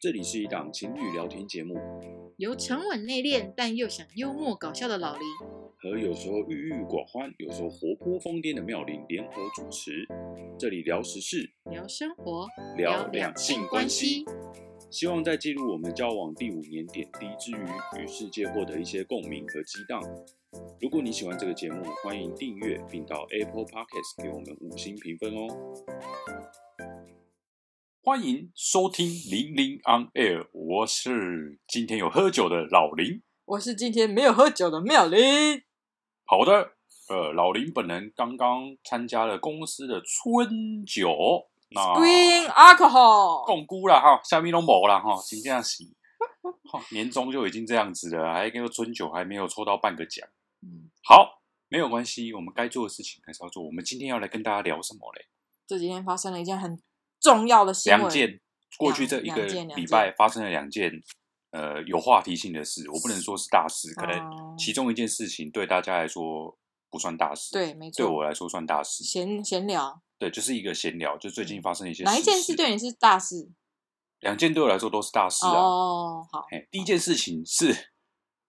这里是一档情侣聊天节目，由沉稳内敛但又想幽默搞笑的老林和有时候郁郁寡欢，有时候活泼疯癫的妙龄联合主持。这里聊时事，聊生活，聊两性关系，希望在记录我们交往第五年点滴之余，与世界获得一些共鸣和激荡。如果你喜欢这个节目，欢迎订阅并到 Apple Podcast 给我们五星评分哦。欢迎收听《零零 on Air》，我是今天有喝酒的老林。我是今天没有喝酒的妙玲。好的，呃，老林本人刚刚参加了公司的春酒，那 Green alcohol，共估了哈，下面都没了哈，今这样洗，哈年终就已经这样子了，还那个春酒还没有抽到半个奖。嗯，好，没有关系，我们该做的事情还是要做。我们今天要来跟大家聊什么嘞？这几天发生了一件很重要的新闻，两件，过去这一个两件两件礼拜发生了两件，呃，有话题性的事，我不能说是大事，可能哦其中一件事情对大家来说不算大事，，对，没对错，我来说算大事。闲闲聊，对，就是一个闲聊，就最近发生的一些嗯哪一时件事事？对你是大事？两件对我来说都是大事啊。哦，好，嘿，第一件事情是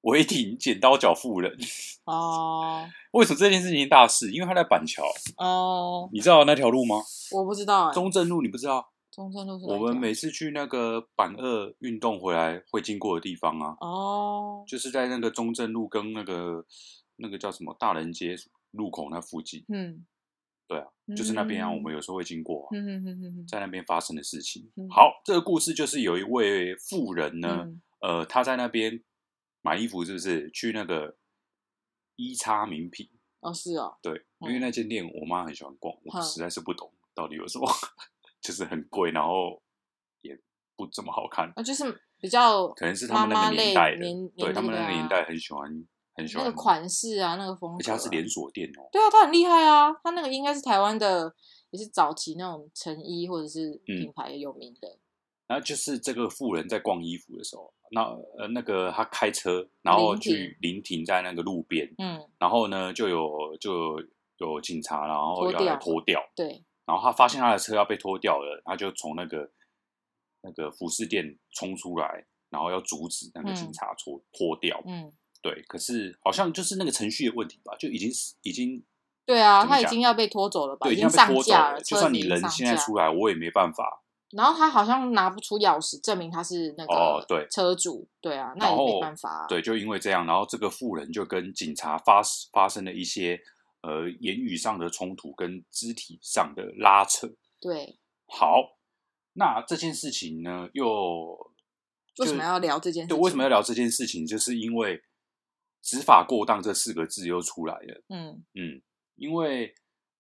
违停剪刀脚妇人， 哦，为什么这件事情大事？因为他在板桥，哦，你知道那条路吗？我不知道哎，中正路你不知道？中山路是哪我一们条每次去那个板二运动回来会经过的地方啊，哦，就是在那个中正路跟那个那个叫什么大人街路口那附近，嗯，对啊，就是那边啊，嗯我们有时候会经过啊、嗯嗯嗯嗯在那边发生的事情嗯。好，这个故事就是有一位妇人呢。嗯，呃，他在那边买衣服，是不是去那个一叉名品？哦是哦，对，因嗯为那间店我妈很喜欢逛，我嗯实在是不懂到底有什么， 就是很贵，然后也不怎么好看，那就是比较可能是他们呃妈那个妈类年代的，年对年他们纪那的个年啊代很喜欢，很喜那欢个款式啊，那个风格啊，而且它是连锁店哦，对啊，他很厉害啊，他那个应该是台湾的，也是早期那种成衣或者是嗯品牌有名的，然后就是这个富人在逛衣服的时候，那呃那个他开车，然后临去临停在那个路边，嗯，然后呢就有就有警察，然后拖要来掉拖掉，对，然后他发现他的车要被拖掉了，他就从那个那个服饰店冲出来，然后要阻止那个警察拖、拖掉。嗯，对，可是好像就是那个程序的问题吧，就已经是已经对啊，怎么他已讲经要被拖走了吧，对已已经经要上被拖走架了了，，就车算子你已经人上现在架出来，我也没办法。然后他好像拿不出钥匙证明他是那哦对个车主，对啊，那然也后没办法、啊，对，就因为这样，然后这个妇人就跟警察发发生了一些呃言语上的冲突跟肢体上的拉扯。对，好，那这件事情呢，又为什么要聊这件事对情？为什么要聊这件事情？就是因为“执法过当”这四个字又出来了。嗯，嗯，因为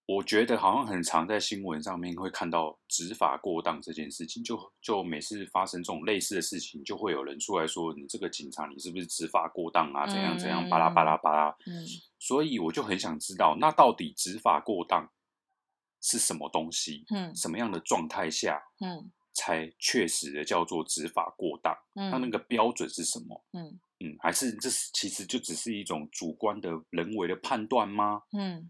我觉得好像很常在新闻上面会看到“执法过当”这件事情，就就每次发生这种类似的事情，就会有人出来说：“你这个警察，你是不是执法过当啊？怎样怎样，巴拉巴拉巴拉。”嗯，所以我就很想知道，那到底执法过当是什么东西？嗯什么样的状态下嗯才确实的叫做执法过当？它那嗯个标准是什么？嗯嗯，还是这是其实就只是一种主观的人为的判断吗？嗯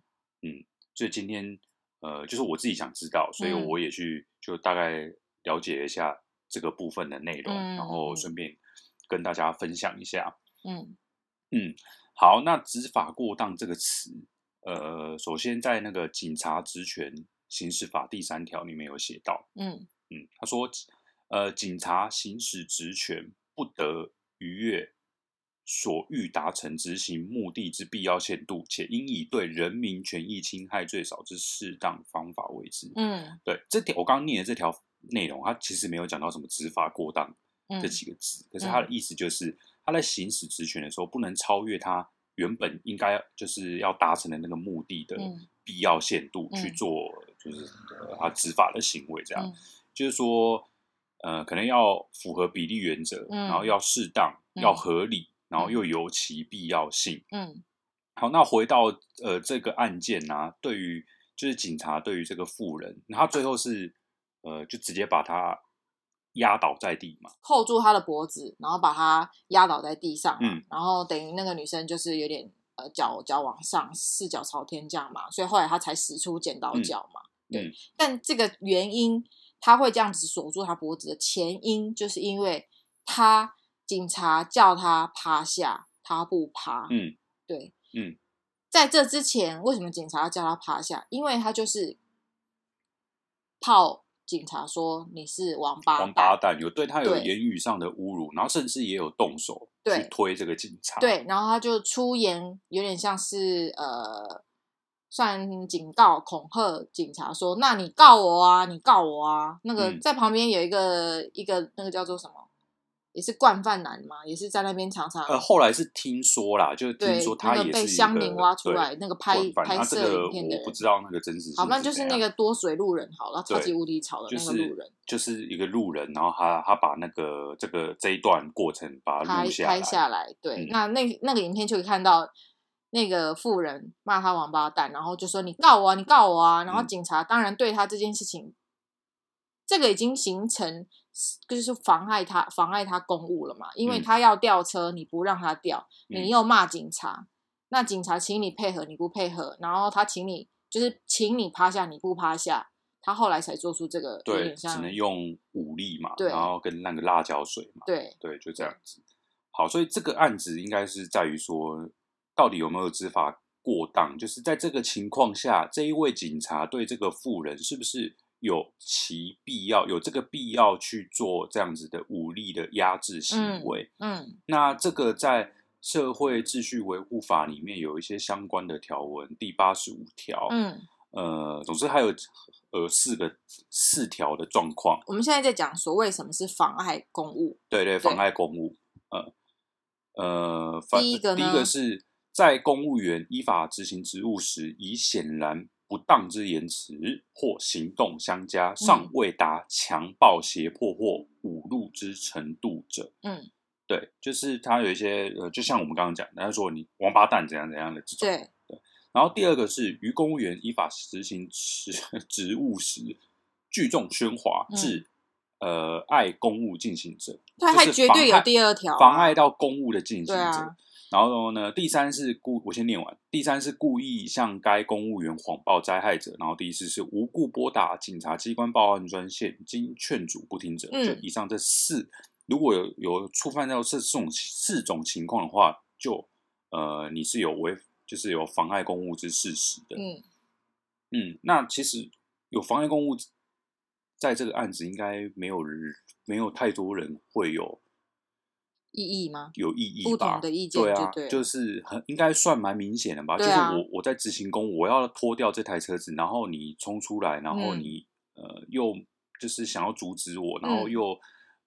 所以今天呃，就是我自己想知道，所以嗯我也去就大概了解一下这个部分的内容，嗯然后嗯顺便跟大家分享一下。嗯，好，那执法过当这个词，呃，首先在那个《警察职权行使法》第三条里面有写到，嗯嗯，他说，呃，警察行使职权不得逾越所欲达成执行目的之必要限度，且应以对人民权益侵害最少之适当方法为之。嗯对，这条我刚刚念的这条内容，它其实没有讲到什么执法过当嗯这几个字，可是它的意思就是，他在行使职权的时候，不能超越他原本应该就是要达成的那个目的的嗯必要限度去嗯做，就是呃他执法的行为这样。嗯就是说，呃，可能要符合比例原则，嗯然后要适当，嗯要合理，然后又有其必要性。嗯好，那回到呃这个案件呢、啊，对于就是警察对于这个妇人，他最后是呃就直接把他压倒在地嘛，扣住他的脖子，然后把他压倒在地上嘛，嗯然后等于那个女生就是有点呃脚脚往上，四脚朝天这样嘛，所以后来他才使出剪刀脚嘛。对，嗯但这个原因他会这样子锁住他脖子的前因，就是因为他警察叫他趴下，他不趴。嗯，对，嗯，在这之前，为什么警察要叫他趴下？因为他就是泡警察说你是王八王蛋，八蛋，有对他有对言语上的侮辱，然后甚至也有动手对去推这个警察。，对，然后他就出言有点像是呃，算警告、恐吓警察说：“那你告我啊，你告我啊！”那个、嗯在旁边有一个一个那个叫做什么，也是惯犯男嘛，也是在那边常常、呃，后来是听说啦，就是对听说他那也个是一被乡民挖出对来那个拍惯犯啊那拍这摄个影片我的人，不知道那个真实性怎好，样。那就是那个多水路人好了，超对级无敌吵的就那个是路人，就是一个路人，然后他他把那个这个这一段过程把它拍录下来，拍下来。对，嗯那那那个影片就可以看到那个富人骂他王八蛋，然后就说你告我啊，你告我啊。然后嗯警察当然对他这件事情，这个已经形成就是妨碍他妨碍他公务了嘛，因为嗯他要吊车，你不让他吊，嗯你又骂警察，那警察请你配合，你不配合，然后他请你就是请你趴下，你不趴下。他后来才做出这个，有对，点只像能用武力嘛，对然后跟那个辣椒水嘛，对对，就这样子。好，所以这个案子应该是在于说，到底有没有执法过当？就是在这个情况下，这一位警察对这个妇人是不是有其必要，有这个必要去做这样子的武力的压制行为？嗯那这个在社会秩序维护法里面有一些相关的条文，第八十五条，嗯。呃，总之还有呃四个四条的状况。我们现在在讲所谓什么是妨碍公务，对对，妨碍公务。呃呃，反第一个呢第一个是在公务员依法执行职务时，以显然不当之言辞或行动相加，嗯尚未达强暴、胁迫或侮辱之程度者。嗯，对，就是他有一些呃，就像我们刚刚讲，他说你王八蛋怎样怎样的这种。对，然后第二个是于公务员依法执行职 职务时，聚众喧哗嗯致、呃碍公务进行者，他还就是绝对妨有害第二条啊妨碍到公务的进行者。对啊然后呢，第三是故我先念完，第三是故意向该公务员谎报灾害者，然后第四是无故拨打警察机关报案专线，经劝阻不听者。嗯就以上这四，如果有有触犯到这这种四种情况的话，就呃你是有违，就是有妨碍公务之事实的。嗯，嗯，那其实有妨碍公务，在这个案子应该没有人没有太多人会有意义吗？有意义吧？不同的意见对就啊，对了是很应该算蛮明显的吧？对就是啊我我在执行公务，我要拖掉这台车子，然后你冲出来，然后嗯你、呃又就是想要阻止我，然后嗯又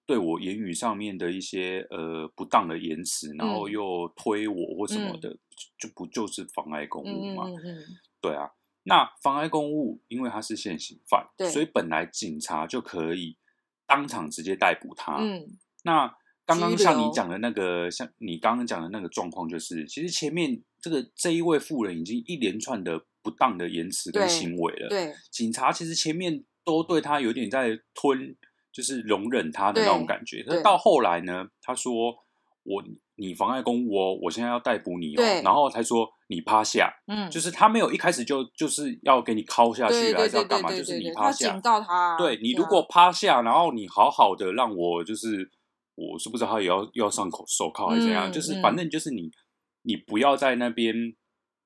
对我言语上面的一些呃不当的言辞，然后嗯又推我或什么的，就就不就是妨碍公嗯务嗯吗？嗯嗯，对啊，那妨碍公务，因为他是现行犯，对所以本来警察就可以当场直接逮捕他。嗯，那刚刚拘像你留讲的那个，像你刚刚讲的那个状况，就是其实前面这个这一位妇人已经一连串的不当的言辞跟对行为了，对警察其实前面都对他有点在吞，就是容忍他的那种对感觉。可是对到后来呢，他说我你妨碍公务哦，我现在要逮捕你哦对，然后才说你趴下，嗯，就是他没有一开始就就是要给你敲下对去，啊还对是要对干对嘛？对就是对你对，趴他下警，告他啊，对你啊如果趴下，然后你好好的让我就是，我是不知道他也要要上口手铐还是怎样，嗯就是嗯反正就是你你不要在那边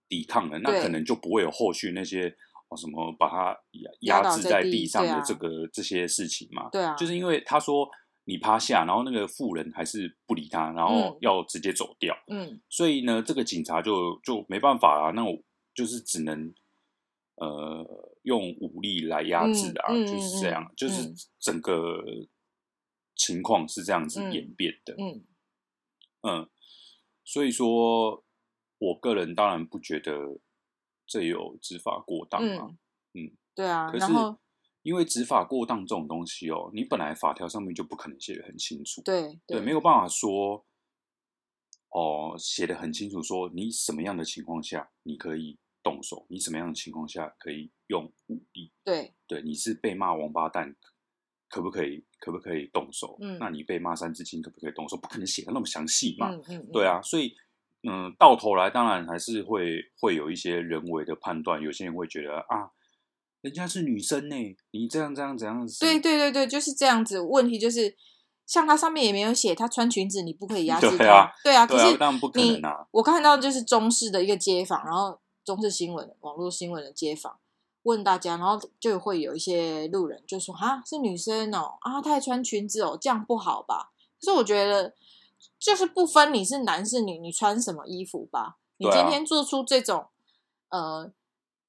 抵抗了，那对可能就不会有后续那些哦什么把他压压压倒制在在地地上对的啊这个、这些事情嘛。对啊，就是因为他说你趴下，然后那个妇人还是不理他，然后嗯要直接走掉。嗯所以呢，这个警察就就没办法啊啦，那我就是只能呃用武力来压制啊，嗯嗯就是这样，嗯就是嗯整个情况是这样子嗯演变的，嗯，嗯所以说我个人当然不觉得这有执法过当啊，嗯嗯，对啊，可是然后因为执法过当这种东西哦，你本来法条上面就不可能写的很清楚，对对，没有办法说哦，写的很清楚，说你什么样的情况下你可以动手，你什么样的情况下可以用武力。对对，你是被骂王八蛋，可不可以？可不可以动手？嗯那你被骂三字经，可不可以动手？不可能写的那么详细嘛。嗯嗯，对啊，啊，所以嗯，到头来当然还是会会有一些人为的判断，有些人会觉得啊，人家是女生呢、你这样这样怎样子？对对对对，就是这样子。问题就是，像它上面也没有写，她穿裙子你不可以压制她。对啊，可对啊是当然不可你能啊我看到就是中式的一个街访，然后中式新闻、网络新闻的街访，问大家，然后就会有一些路人就说：“啊，是女生哦，啊，她还穿裙子哦，这样不好吧？”可是我觉得，就是不分你是男是女，你穿什么衣服吧。你对啊今天做出这种、呃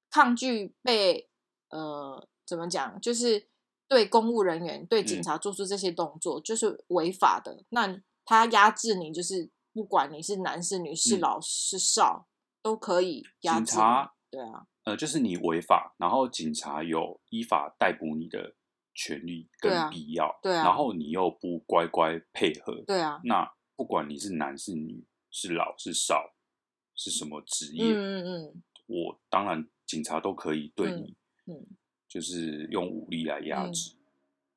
抗拒被呃怎么讲，就是对公务人员、对嗯警察做出这些动作，就是违法的。那他压制你，就是不管你是男是女，是嗯老是少，都可以压警制察你。对啊，呃，就是你违法，然后警察有依法逮捕你的权利对啊跟必要，对啊然后你又不乖乖配合，对啊，那不管你是男是女，是老是少，是什么职业，嗯嗯嗯，我当然警察都可以对嗯你，嗯就是用武力来压嗯制，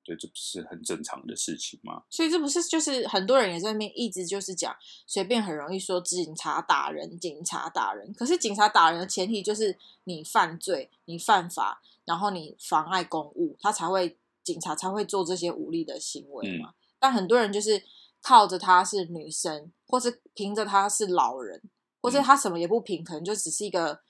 对，这不是很正常的事情吗？所以这不是就是很多人也在那边一直就是讲，随便很容易说警察打人，警察打人。可是警察打人的前提就是你犯罪，你犯法，然后你妨碍公务，他才会警察才会做这些武力的行为嘛。但很多人就是靠着他是女生，或是凭着他是老人，或是嗯他什么也不凭，可能就只是一个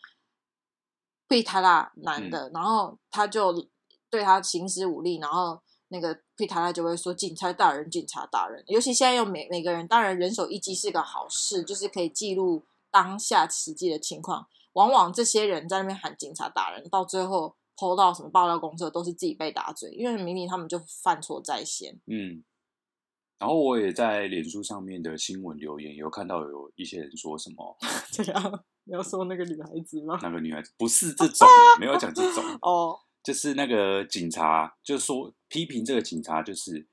被他啦嗯男的，然后他就对他行使武力，然后那个皮塔拉就会说警察打人，警察打人。尤其现在又每每个人，当然人手一机是个好事，就是可以记录当下实际的情况。往往这些人在那边喊警察打人，到最后偷到什么爆料公社，都是自己被打嘴，因为明明他们就犯错在先。 嗯，然后我也在脸书上面的新闻留言有看到有一些人说什么这样你要说那个女孩子吗？那个女孩子不是这种啊，没有讲这种，哦，就是那个警察就说批评这个警察就是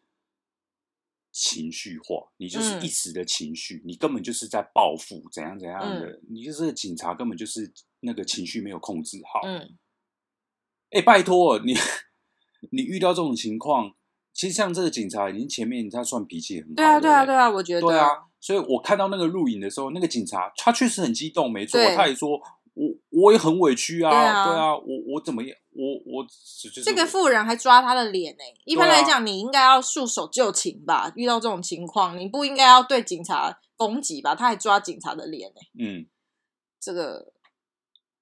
情绪化，你就是嗯一时的情绪，你根本就是在报复怎样怎样的，嗯你就是警察根本就是那个情绪没有控制好，嗯，哎、拜托你，你遇到这种情况，其实像这个警察已经前面他算脾气很好，对啊，对啊，不对啊，我觉得，对啊，所以我看到那个录影的时候，那个警察他确实很激动，没错对，他也说我我也很委屈啊，对对啊我我怎么也我我就是这个我富人还抓他的脸呢、一般对啊来讲，你应该要束手就擒吧。遇到这种情况，你不应该要对警察攻击吧？他还抓警察的脸呢、嗯，这个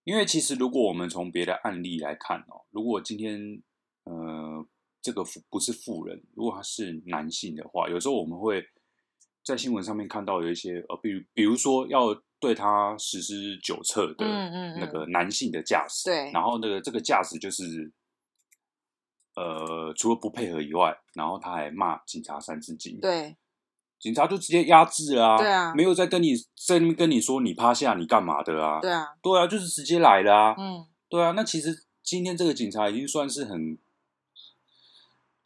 因为其实如果我们从别的案例来看哦，如果今天呃这个富不是富人，如果他是男性的话，有时候我们会在新闻上面看到有一些呃，比如比如说要对他实施酒测的嗯嗯嗯那个男性的驾驶，对然后那个这个驾驶就是呃除了不配合以外，然后他还骂警察三字经，对警察就直接压制了啊，对啊没有再跟你在那边跟你说你趴下你干嘛的啊，对啊，对啊，就是直接来了啊，嗯，对啊，那其实今天这个警察已经算是很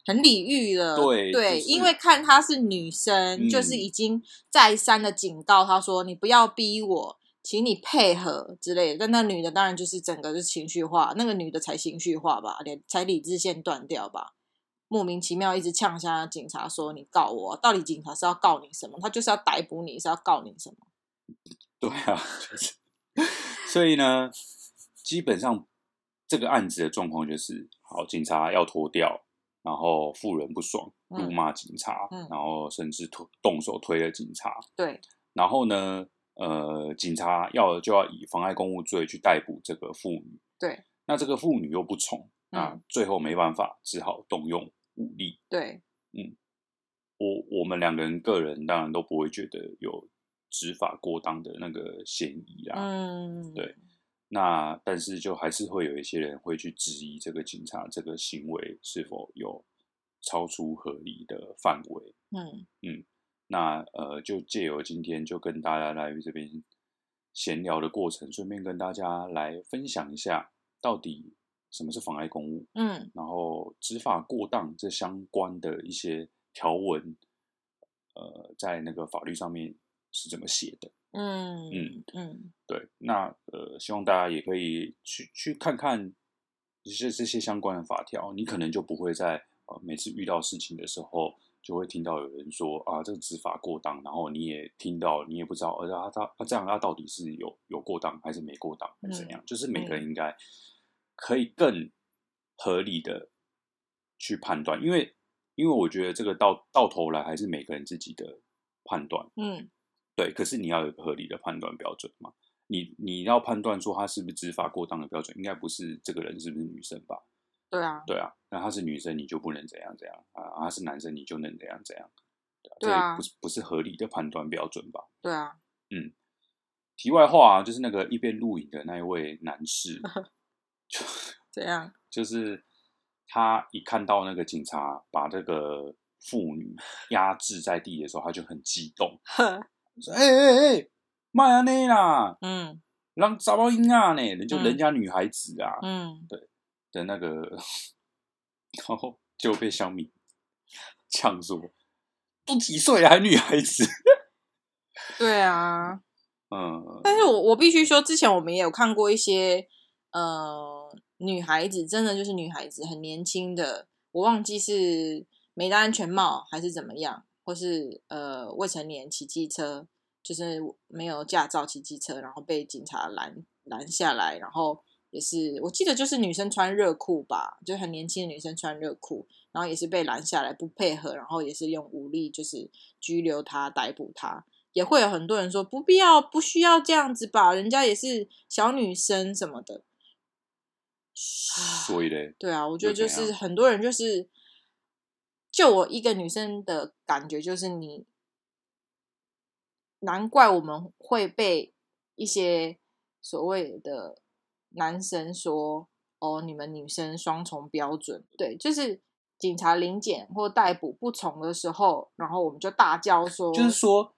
很礼遇了。对对，就是因为看她是女生，嗯就是已经再三的警告她说：“你不要逼我，请你配合之类的。”但那女的当然就是整个是情绪化，那个女的才情绪化吧，连才理智线断掉吧。莫名其妙一直呛下警察说你告我，到底警察是要告你什么？他就是要逮捕你，是要告你什么？对啊，就是，所以呢，基本上这个案子的状况就是，好，警察要脱掉，然后富人不爽，嗯怒骂警察，嗯然后甚至推动手推了警察，对，然后呢，呃，警察要就要以妨碍公务罪去逮捕这个妇女，对，那这个妇女又不从，那嗯，最后没办法，只好动用武力，对，我我们两个人个人当然都不会觉得有执法过当的那个嫌疑啦。嗯，啊对那但是就还是会有一些人会去质疑这个警察这个行为是否有超出合理的范围。嗯，那呃，就借由今天就跟大家来这边闲聊的过程，顺便跟大家来分享一下到底什么是妨碍公务，嗯，然后执法过当这相关的一些条文，呃，在那个法律上面是怎么写的？嗯，嗯嗯，嗯，对，那呃，希望大家也可以去去看看这这些相关的法条，你可能就不会在呃每次遇到事情的时候，就会听到有人说啊，这个执法过当，然后你也听到，你也不知道，而他他他这样他到底是有有过当还是没过当，还是怎样？就是每个人应该可以更合理的去判断，因为因为我觉得这个到到头来还是每个人自己的判断，嗯对，可是你要有一个合理的判断标准嘛。你你要判断说他是不是执法过当的标准，应该不是这个人是不是女生吧？对啊，对啊，那她是女生你就不能怎样怎样啊，她是男生你就能怎样怎样，这对啊也不是不是合理的判断标准吧？对啊，题外话啊，就是那个一边录影的那一位男 士，怎样？ 就是他一看到那个警察把这个妇女压制在地的时候，他就很激动，呵说：“哎哎哎，卖啊那啦，嗯让杂包赢啊呢，人就嗯人家女孩子啊、嗯，的那个， 然后就被小米呛说，都几岁了还女孩子， 对啊。嗯，但是我我必须说，之前我们也有看过一些呃女孩子，真的就是女孩子很年轻的，我忘记是没戴安全帽还是怎么样，或是呃未成年骑机车，就是没有驾照骑机车，然后被警察拦拦下来，然后也是我记得就是女生穿热裤吧，就很年轻的女生穿热裤，然后也是被拦下来不配合，然后也是用武力就是拘留她、逮捕她。也会有很多人说不必要、不需要这样子吧，人家也是小女生什么的。所以 嘞，对啊，我觉得又就怎样是很多人就是，就我一个女生的感觉就是你，难怪我们会被一些所谓的男生说哦，你们女生双重标准。对，就是警察临检或逮捕不从的时候，然后我们就大叫说，就是说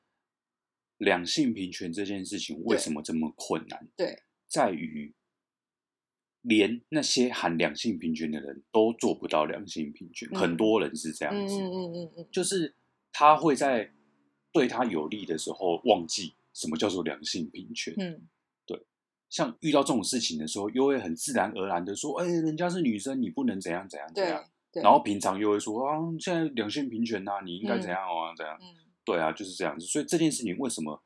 两性平权这件事情为什么这么困难？对，在于连那些喊两性平权的人都做不到两性平权，嗯很多人是这样嗯子，嗯嗯嗯嗯，就是他会在对他有利的时候忘记什么叫做两性平权。嗯，像遇到这种事情的时候，又会很自然而然的说：“哎、人家是女生，你不能怎样怎样怎对样。”对，啊然后平常又会说：“啊，现在两性平权呐、你应该怎样啊、怎样。”嗯。对啊，就是这样子。所以这件事情为什么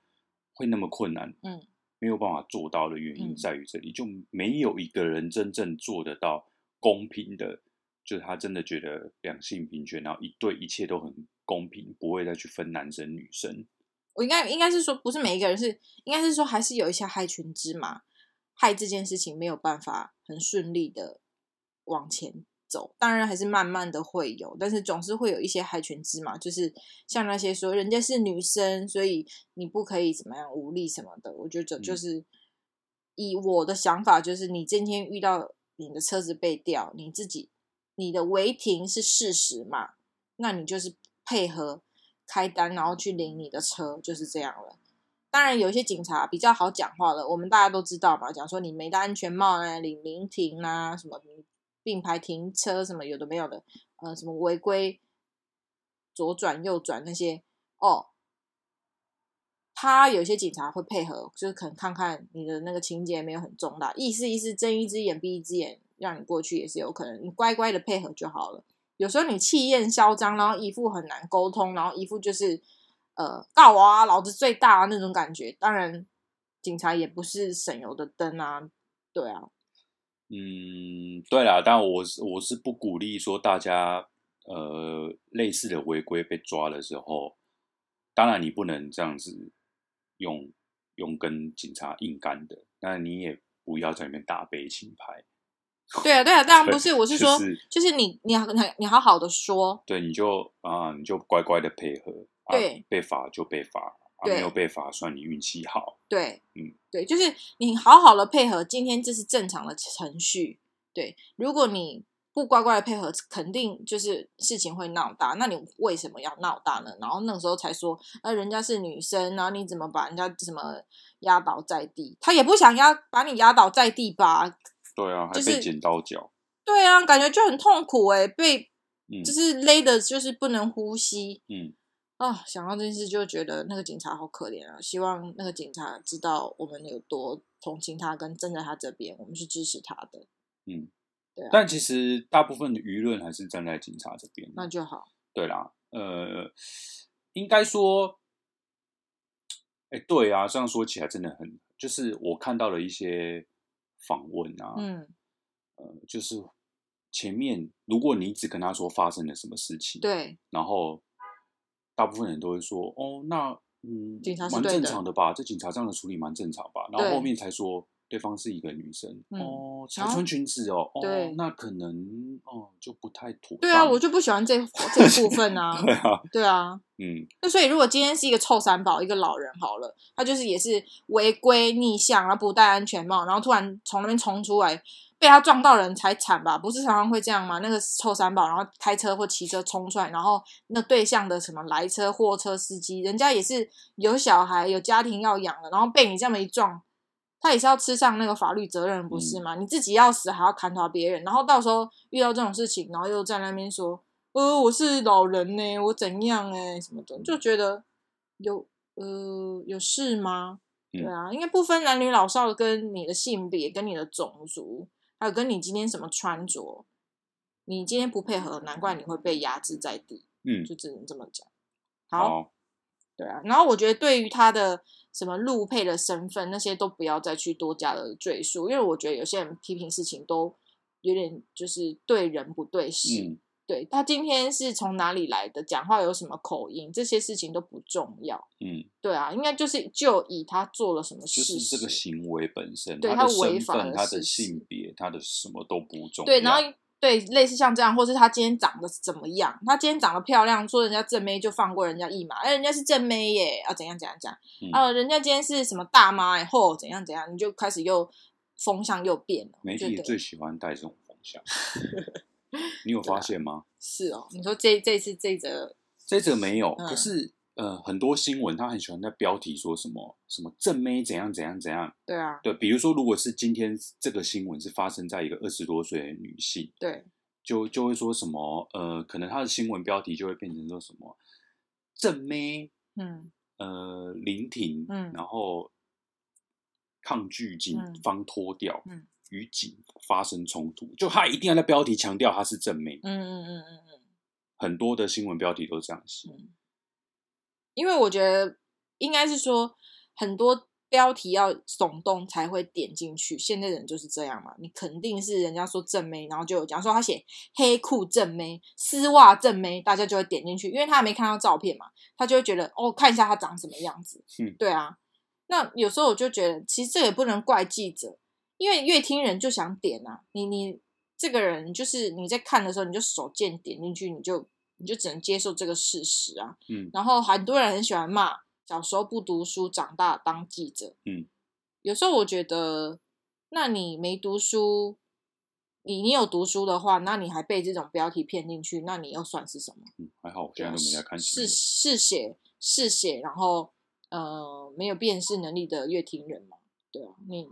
会那么困难？嗯，没有办法做到的原因嗯在于这里，就没有一个人真正做得到公平的，就是他真的觉得两性平权，然后一对一切都很公平，不会再去分男生女生。我应该应该是说，不是每一个人是，应该是说还是有一些害群之马，害这件事情没有办法很顺利的往前走。当然还是慢慢的会有，但是总是会有一些害群之马，就是像那些说人家是女生，所以你不可以怎么样无力什么的。我觉得就是、以我的想法，就是你今天遇到你的车子被掉，你自己你的违停是事实嘛，那你就是配合开单，然后去领你的车，就是这样了。当然，有一些警察比较好讲话了，我们大家都知道嘛，讲说你没戴安全帽啊，领临停啊，什么并排停车什么有的没有的，呃，什么违规左转右转那些哦。他有些警察会配合，就是可能看看你的那个情节没有很重大，意思意思睁一只眼闭一只眼，让你过去也是有可能，你乖乖的配合就好了。有时候你气焰嚣张，然后一副很难沟通，然后一副就是呃告我啊，老子最大、啊、那种感觉。当然，警察也不是省油的灯啊，对啊，嗯，对啦，但我是我是不鼓励说大家呃类似的违规被抓的时候，当然你不能这样子用用跟警察硬干的，那你也不要在里面大背情牌，对啊，对啊，当然不是，我就是说，是就是你你你你好好的说，对你就啊你就乖乖的配合，啊、对，被罚就被罚，啊对没有被罚算你运气好，对，嗯，对，就是你好好的配合，今天这是正常的程序。对，如果你不乖乖的配合，肯定就是事情会闹大。那你为什么要闹大呢？然后那个时候才说，呃，人家是女生，然后你怎么把人家什么压倒在地？他也不想压把你压倒在地吧？对啊，还就被是剪刀脚，对啊，感觉就很痛苦哎、被嗯就是勒的，就是不能呼吸。嗯，啊，想到这件事就觉得那个警察好可怜啊！希望那个警察知道我们有多同情他，跟站在他这边，我们是支持他的，嗯但其实大部分的舆论还是站在警察这边的，那就好。对啦，呃，应该说，哎、对啊，这样说起来真的很，就是我看到了一些访问啊，嗯呃，就是前面如果你只跟他说发生了什么事情，对，然后大部分人都会说，哦，那嗯，警察是蛮对正的常的吧？这警察这样的处理蛮正常吧？然对后后面才说对方是一个女生，嗯哦，才然后穿裙子哦，对哦，那可能哦就不太妥当。对啊，我就不喜欢这这一部分 啊，对啊，对啊。嗯，那所以，如果今天是一个臭三宝，一个老人好了，他就是也是违规逆向，然后不戴安全帽，然后突然从那边冲出来，被他撞到人才惨吧？不是常常会这样吗？那个臭三宝，然后开车或骑车冲出来，然后那对象的什么来车、货车司机，人家也是有小孩、有家庭要养的，然后被你这么一撞，他也是要吃上那个法律责任，不是吗？你自己要死还要砍倒别人，然后到时候遇到这种事情，然后又在那边说。呃，我是老人呢、我怎样哎、什么的，就觉得有呃有事吗？嗯对啊，因为不分男女老少，跟你的性别、跟你的种族，还有跟你今天什么穿着，你今天不配合，难怪你会被压制在地。嗯就只能这么讲。好，好，对啊，然后我觉得对于他的什么路配的身份那些都不要再去多加的赘述，因为我觉得有些人批评事情都有点就是对人不对事。嗯对他今天是从哪里来的，讲话有什么口音，这些事情都不重要。嗯，对啊，应该就是就以他做了什么事就是实，这个行为本身，对他的他违身反份、了他事的实性别、他的什么都不重要。对，然后对类似像这样，或是他今天长得怎么样，他今天长得漂亮，说人家正妹就放过人家一马，哎，人家是正妹耶，啊，怎样怎样怎样，嗯啊，人家今天是什么大妈哎，或怎样怎样，你就开始又风向又变了，媒我觉体得最喜欢带这种风 向，你有啊发现吗？是哦，你说这这次这则这则没有，嗯可是呃，很多新闻他很喜欢在标题说什么什么正妹怎样怎样怎样。对啊，对，比如说，如果是今天这个新闻是发生在一个二十多岁的女性，对，就就会说什么呃，可能她的新闻标题就会变成说什么正妹嗯呃林挺，嗯然后抗拒警嗯方脱掉，嗯与警发生冲突，就他一定要在标题强调她是正妹。嗯嗯嗯嗯嗯，很多的新闻标题都这样写。因为我觉得应该是说很多标题要耸动才会点进去，现在人就是这样嘛。你肯定是人家说正妹，然后就有讲说他写黑裤正妹、丝袜正妹，大家就会点进去，因为他还没看到照片嘛，他就会觉得哦，看一下他长什么样子。嗯对啊。那有时候我就觉得，其实这也不能怪记者，因为越听人就想点啊。你你这个人就是你在看的时候，你就手贱点进去，你就你就只能接受这个事实啊。嗯然后很多人很喜欢骂小时候不读书，长大当记者。嗯，有时候我觉得，那你没读书，你你有读书的话，那你还被这种标题骗进去，那你又算是什么？嗯，还好我现在都没在看新是闻。嗜血嗜血，然后呃没有辨识能力的乐听人嘛？对啊，你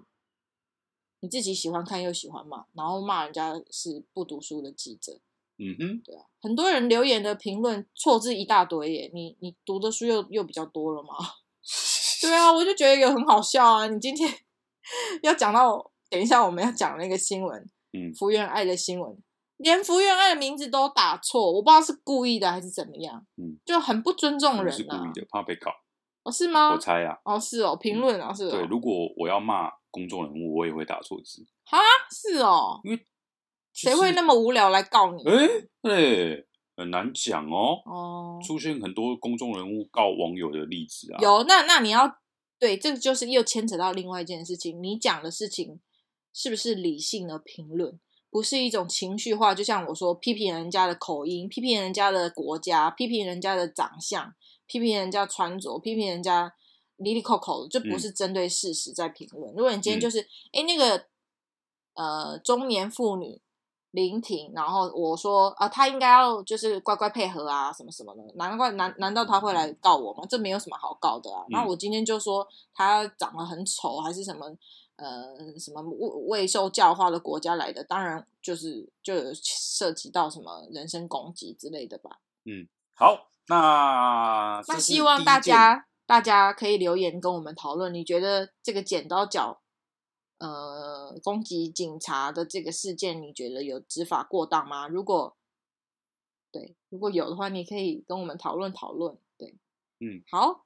你自己喜欢看又喜欢骂，然后骂人家是不读书的记者。嗯哼，很多人留言的评论错字一大堆耶，你你读的书又又比较多了吗？ 对啊，我就觉得有很好笑啊！你今天 要讲到，等一下我们要讲那个新闻，嗯福原爱的新闻，连福原爱的名字都打错，我不知道是故意的还是怎么样，嗯，就很不尊我重们人是故啊！意的，怕被告。哦，是吗我？猜啊，哦，是哦，评论哦，是哦，对，如果我要骂公众人物，我也会打错字。是哦，因为谁会那么无聊来告你？哎哎，很难讲哦。哦，出现很多公众人物告网友的例子啊，有，那那你要对这个就是又牵扯到另外一件事情，你讲的事情是不是理性的评论，不是一种情绪化？就像我说，批评人家的口音，批评人家的国家，批评人家的长相，批评人家穿着，批评人家里里扣扣的，就不嗯是针对事实在评论。如果你今嗯天就是哎、诶那个呃中年妇女。林婷，然后我说啊，她应该要就是乖乖配合啊，什么什么的。难怪难难道她会来告我吗？这没有什么好告的啊。那嗯我今天就说她长得很丑，还是什么呃什么未未受教化的国家来的，当然就是就有涉及到什么人身攻击之类的吧。好，那这那是希望第一大件家大家可以留言跟我们讨论，你觉得这个剪刀脚呃攻击警察的这个事件，你觉得有执法过当吗？如果对，如果有的话，你可以跟我们讨论讨论。对，嗯，好，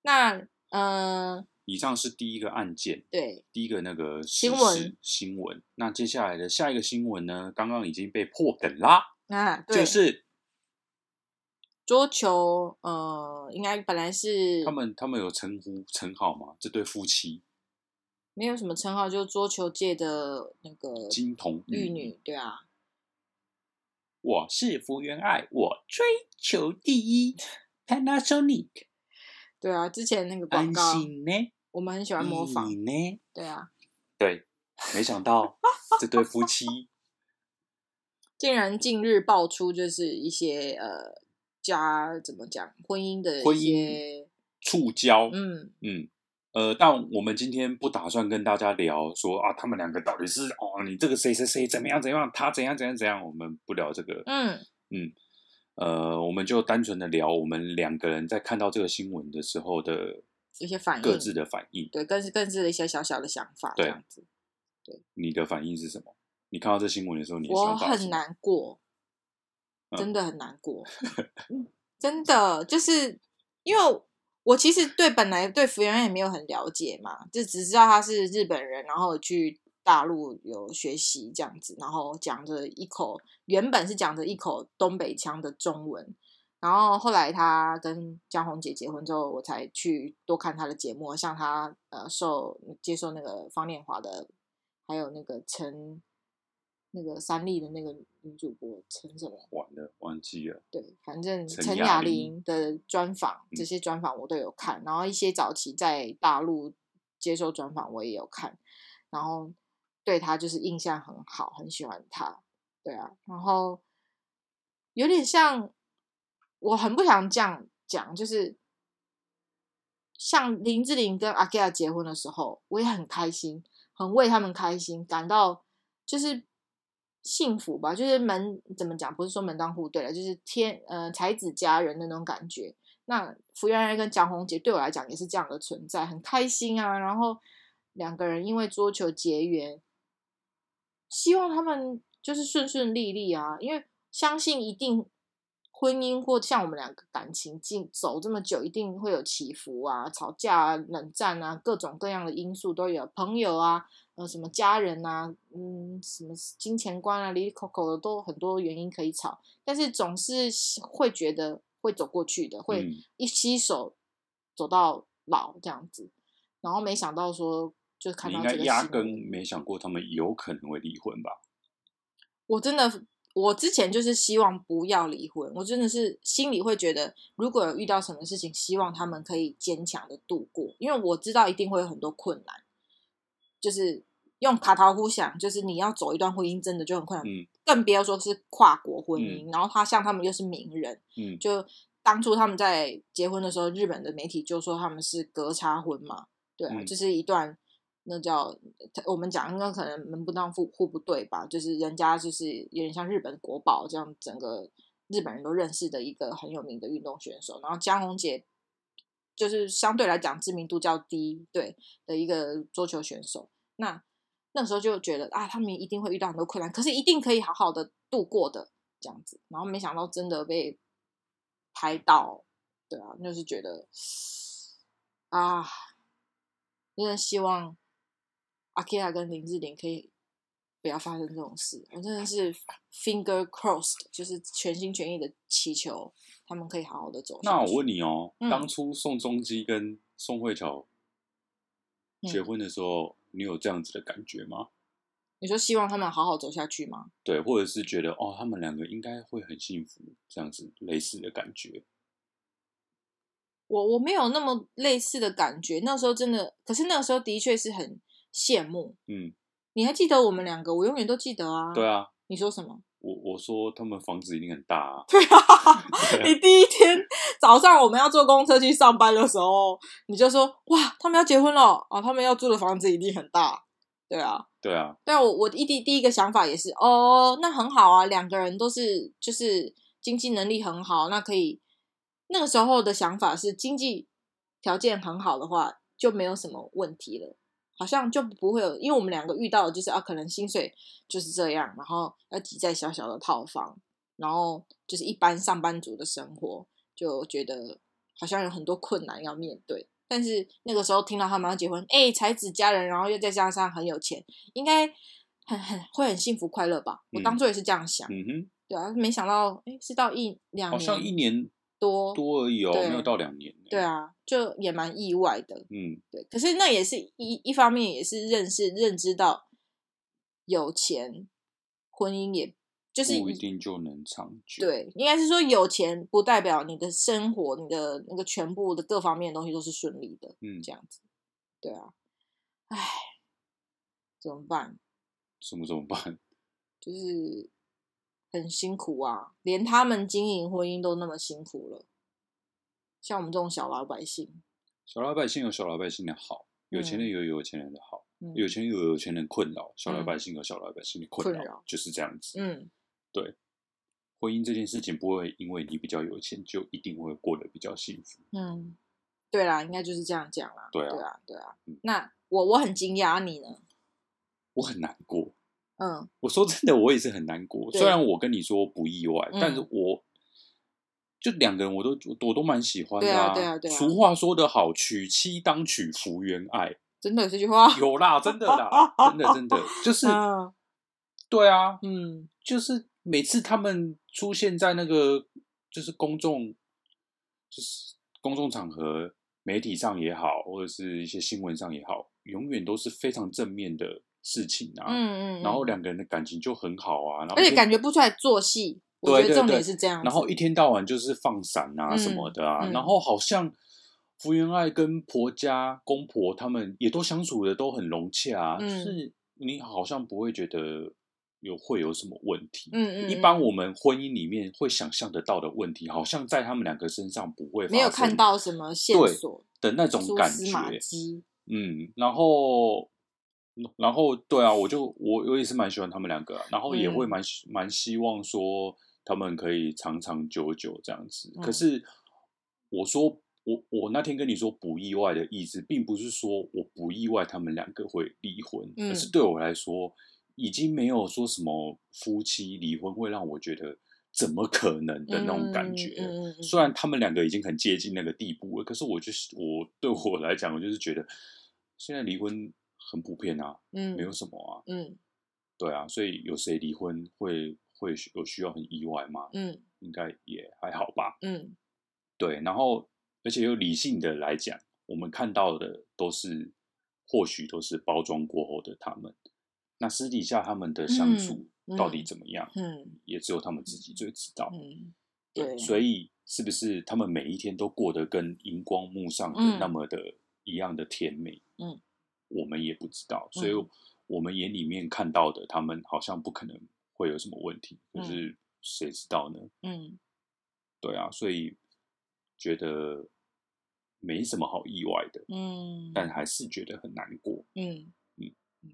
那呃，以上是第一个案件，对，第一个那个新时事闻新闻。那接下来的下一个新闻呢，刚刚已经被破梗啦，啊，对，就是桌球，呃，应该本来是他们他们有称呼称号吗？这对夫妻没有什么称号，就是桌球界的那个金童玉玉女，，对啊，我是福原爱，我追求第 一 Panasonic，对啊，之前那个广安告，心嗯呢，我们很喜欢模仿你，呢？对啊，对，没想到这对夫妻 竟然近日爆出就是一些呃家怎么讲婚姻的婚一姻些，触礁，嗯，嗯，呃，但我们今天不打算跟大家聊说啊，他们两个到底是哦，你这个谁谁谁怎么样怎么样，他怎样怎样怎样，我们不聊这个，嗯，嗯，呃，我们就单纯的聊我们两个人在看到这个新闻的时候的一些反应各自的反应，对，更是更是一些小小的想法这对样子。你的反应是什么？你看到这新闻的时候，你的我想法是什很么？难过，嗯真的很难 过，嗯真的就是因为我其实对本来对福原爱也没有很了解嘛，就只知道他是日本人，然后去大陆有学习这样子，然后讲着一口原本是讲着一口东北腔的中文。然后后来他跟江宏杰结婚之后，我才去多看他的节目，像他呃受接受那个方念华的，还有那个陈那个三立的那个女主播陈什么，完了，忘记了。对，反正陈陈雅雅玲玲的专访，这嗯些专访我都有看，然后一些早期在大陆接受专访我也有看，然后对他就是印象很好，很喜欢他，对啊，然后有点像我很不想这样讲，就是像林志玲跟阿 Gia 结婚的时候，我也很开心，很为他们开心，感到就是幸福吧，就是门怎么讲，不是说门当户对了，就是天呃才子佳人的那种感觉。那福原爱跟蒋宏杰对我来讲也是这样的存在，很开心啊。然后两个人因为桌球结缘，希望他们就是顺顺利利啊，因为相信一定婚姻或像我们两个感情进走这么久，一定会有起伏啊、吵架啊、冷战啊，各种各样的因素都有，朋友啊，呃，什么家人啊，嗯，什么金钱观啊，里里口口的都很多原因可以吵，但是总是会觉得会走过去的，会嗯一携手走到老这样子。然后没想到说，就看你到应这该个压新根闻没想过他们有可能会离婚吧？我真的，我之前就是希望不要离婚，我真的是心里会觉得，如果有遇到什么事情，希望他们可以坚强的度过，因为我知道一定会有很多困难，就是用卡塔呼想，就是你要走一段婚姻真的就很困难，嗯更不要说是跨国婚姻。然后他像他们又是名人，嗯，就当初他们在结婚的时候，日本的媒体就说他们是隔差婚嘛，对啊，嗯就是一段那叫我们讲应该可能门不当户户不对吧，就是人家就是有点像日本国宝这样，整个日本人都认识的一个很有名的运动选手。然后江宏杰就是相对来讲知名度较低，对的一个桌球选手。那那时候就觉得啊，他们一定会遇到很多困难，可是一定可以好好的度过的这样子。然后没想到真的被拍到，对啊，就是觉得啊，真的希望阿 k i 跟林志玲可以不要发生这种事。我真的是 finger crossed，就是全心全意的祈求他们可以好好的走下去。那我问你哦，嗯当初宋仲基跟宋慧乔嗯结婚的时候，你有这样子的感觉吗？你说希望他们好好走下去吗？对，或者是觉得哦，他们两个应该会很幸福，这样子类似的感觉。我我没有那么类似的感觉，那时候真的，可是那个时候的确是很羡慕。嗯，你还记得我们两个？我永远都记得啊。对。啊，你说什么？我我说他们房子一定很大啊。对啊， 对啊你第一天早上我们要坐公车去上班的时候，你就说哇，他们要结婚了啊，他们要住的房子一定很大。对啊，对啊，对啊，我我一第第一个想法也是，哦，那很好啊，两个人都是就是经济能力很好，那可以那个时候的想法是经济条件很好的话就没有什么问题了，好像就不会有，因为我们两个遇到的就是啊，可能薪水就是这样，然后要挤在小小的套房，然后就是一般上班族的生活，就觉得好像有很多困难要面对，但是那个时候听到他们要结婚，哎、才子佳人，然后又再加上很有钱，应该很很会很幸福快乐吧？我嗯当初也是这样想，嗯哼，对啊，没想到哎、是到一两好年像一年多，多而已哦，对没有到两年。欸对，啊，就也蛮意外的。嗯对，可是那也是一一方面，也是认识认知到有钱婚姻也就是不一定就能长久。，对，应该是说有钱不代表你的生活、你的那个全部的各方面的东西都是顺利的，嗯这，样子。对啊，唉，怎么办？什么怎么办？ 就是很辛苦啊，连他们经营婚姻都那么辛苦了，像我们这种小老百姓，小老百姓有小老百姓的好，有钱嗯人有有钱人的好，嗯有钱人有有钱人困扰，小老嗯百姓有小老百姓的困困扰扰，就是这样子。嗯，婚姻这件事情不会因为你比较有钱就一定会过得比较幸福。嗯，对啦，应该就是这样讲啦。对啊对啊，对啊嗯。那我我很惊讶，啊你呢？我很难过，嗯我说真的，我也是很难过。对虽然我跟你说不意外，嗯但是我就两个人我都我都蛮喜欢的、对啊对啊对啊俗话说得好，娶妻当娶福原爱，真的有这句话？有啊啦，真的 啦，真的真的，就是、嗯对啊，嗯就是每次他们出现在那个就是公众，就是公众场合、媒体上也好，或者是一些新闻上也好，永远都是非常正面的事情啊。嗯嗯，然后嗯两个人的感情就很好啊，然后而且感觉，觉不出来做戏。我对觉得对重对点是这样子。然后一天到晚就是放闪啊嗯什么的啊，嗯然后好像福原爱跟婆家公婆他们也都相处的都很融洽啊，嗯就是你好像不会觉得有会有什么问题。嗯嗯，一嗯般我们婚姻里面会想象得到的问题，好像在他们两个身上不会发生嗯没有看到什么线索、的那种蛛感丝马觉。迹。嗯，然后，然后对啊，我就我我也是蛮喜欢他们两个啊、然后也会嗯蛮希蛮希望说他们可以长长久久这样子。可嗯是我说。我我那天跟你说不意外的意思，并不是说我不意外他们两个会离婚，嗯而是对我来说，已经没有说什么夫妻离婚会让我觉得怎么可能的那种感觉了。嗯嗯嗯嗯虽然他们两个已经很接近那个地步了，可是我就是我对我来讲，我就是觉得现在离婚很普遍啊，嗯，没有什么啊，嗯对啊，所以有谁离婚会会有需要很意外吗？嗯应该也还好吧。嗯对，然后而且又理性的来讲，我们看到的都是或许都是包装过后的他们，那私底下他们的相处嗯到底怎么样，嗯也只有他们自己最知道。嗯，对，对，所以是不是他们每一天都过得跟荧光幕上的那嗯么的一样的甜美？嗯，我们也不知道，所以嗯我们眼里面看到的，他们好像不可能会有什么问题，可嗯是谁知道呢？嗯对啊，所以觉得没什么好意外的，嗯，但还是觉得很难过。嗯嗯嗯。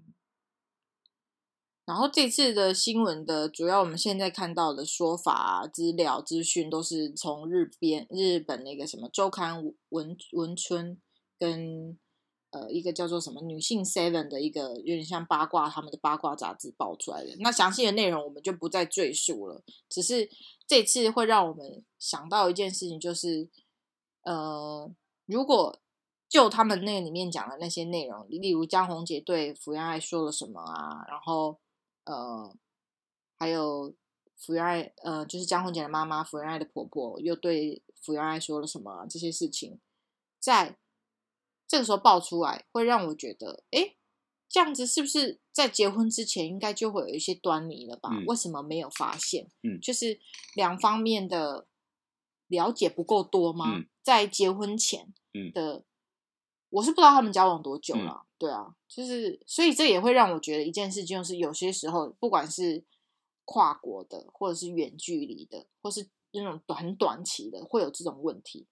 然后这次的新闻的主要，我们现在看到的说法啊、资料、资讯都是从日边日本那个什么周刊文文文春跟呃一个叫做什么女性 Seven 的一个有点像八卦他们的八卦杂志爆出来的。那详细的内容我们就不再赘述了，只是这次会让我们想到一件事情，就是呃，如果就他们那个里面讲的那些内容，例如江宏杰对福原爱说了什么啊，然后呃，还有福原爱呃，就是江宏杰的妈妈福原爱的婆婆又对福原爱说了什么啊、这些事情，在这个时候爆出来，会让我觉得，诶，这样子是不是在结婚之前应该就会有一些端倪了吧？嗯为什么没有发现？嗯就是两方面的了解不够多吗？嗯在结婚前，嗯的，我是不知道他们交往多久了，对啊，就是所以这也会让我觉得一件事情，就是有些时候不管是跨国的，或者是远距离的，或是那种短短期的，会有这种问题，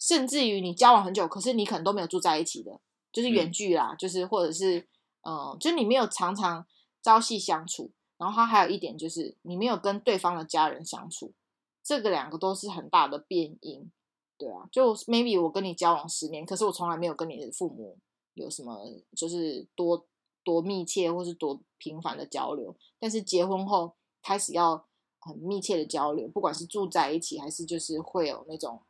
甚至于你交往很久，可是你可能都没有住在一起的，就是远嗯距啦，就是或者是嗯，就是你没有常常朝夕相处，然后他还有一点就是你没有跟对方的家人相处，这个两个都是很大的变因，对啊，就 maybe 我跟你交往十年，可是我从来没有跟你的父母有什么就是多多密切或是多频繁的交流，但是结婚后开始要很密切的交流，不管是住在一起还是就是会有那种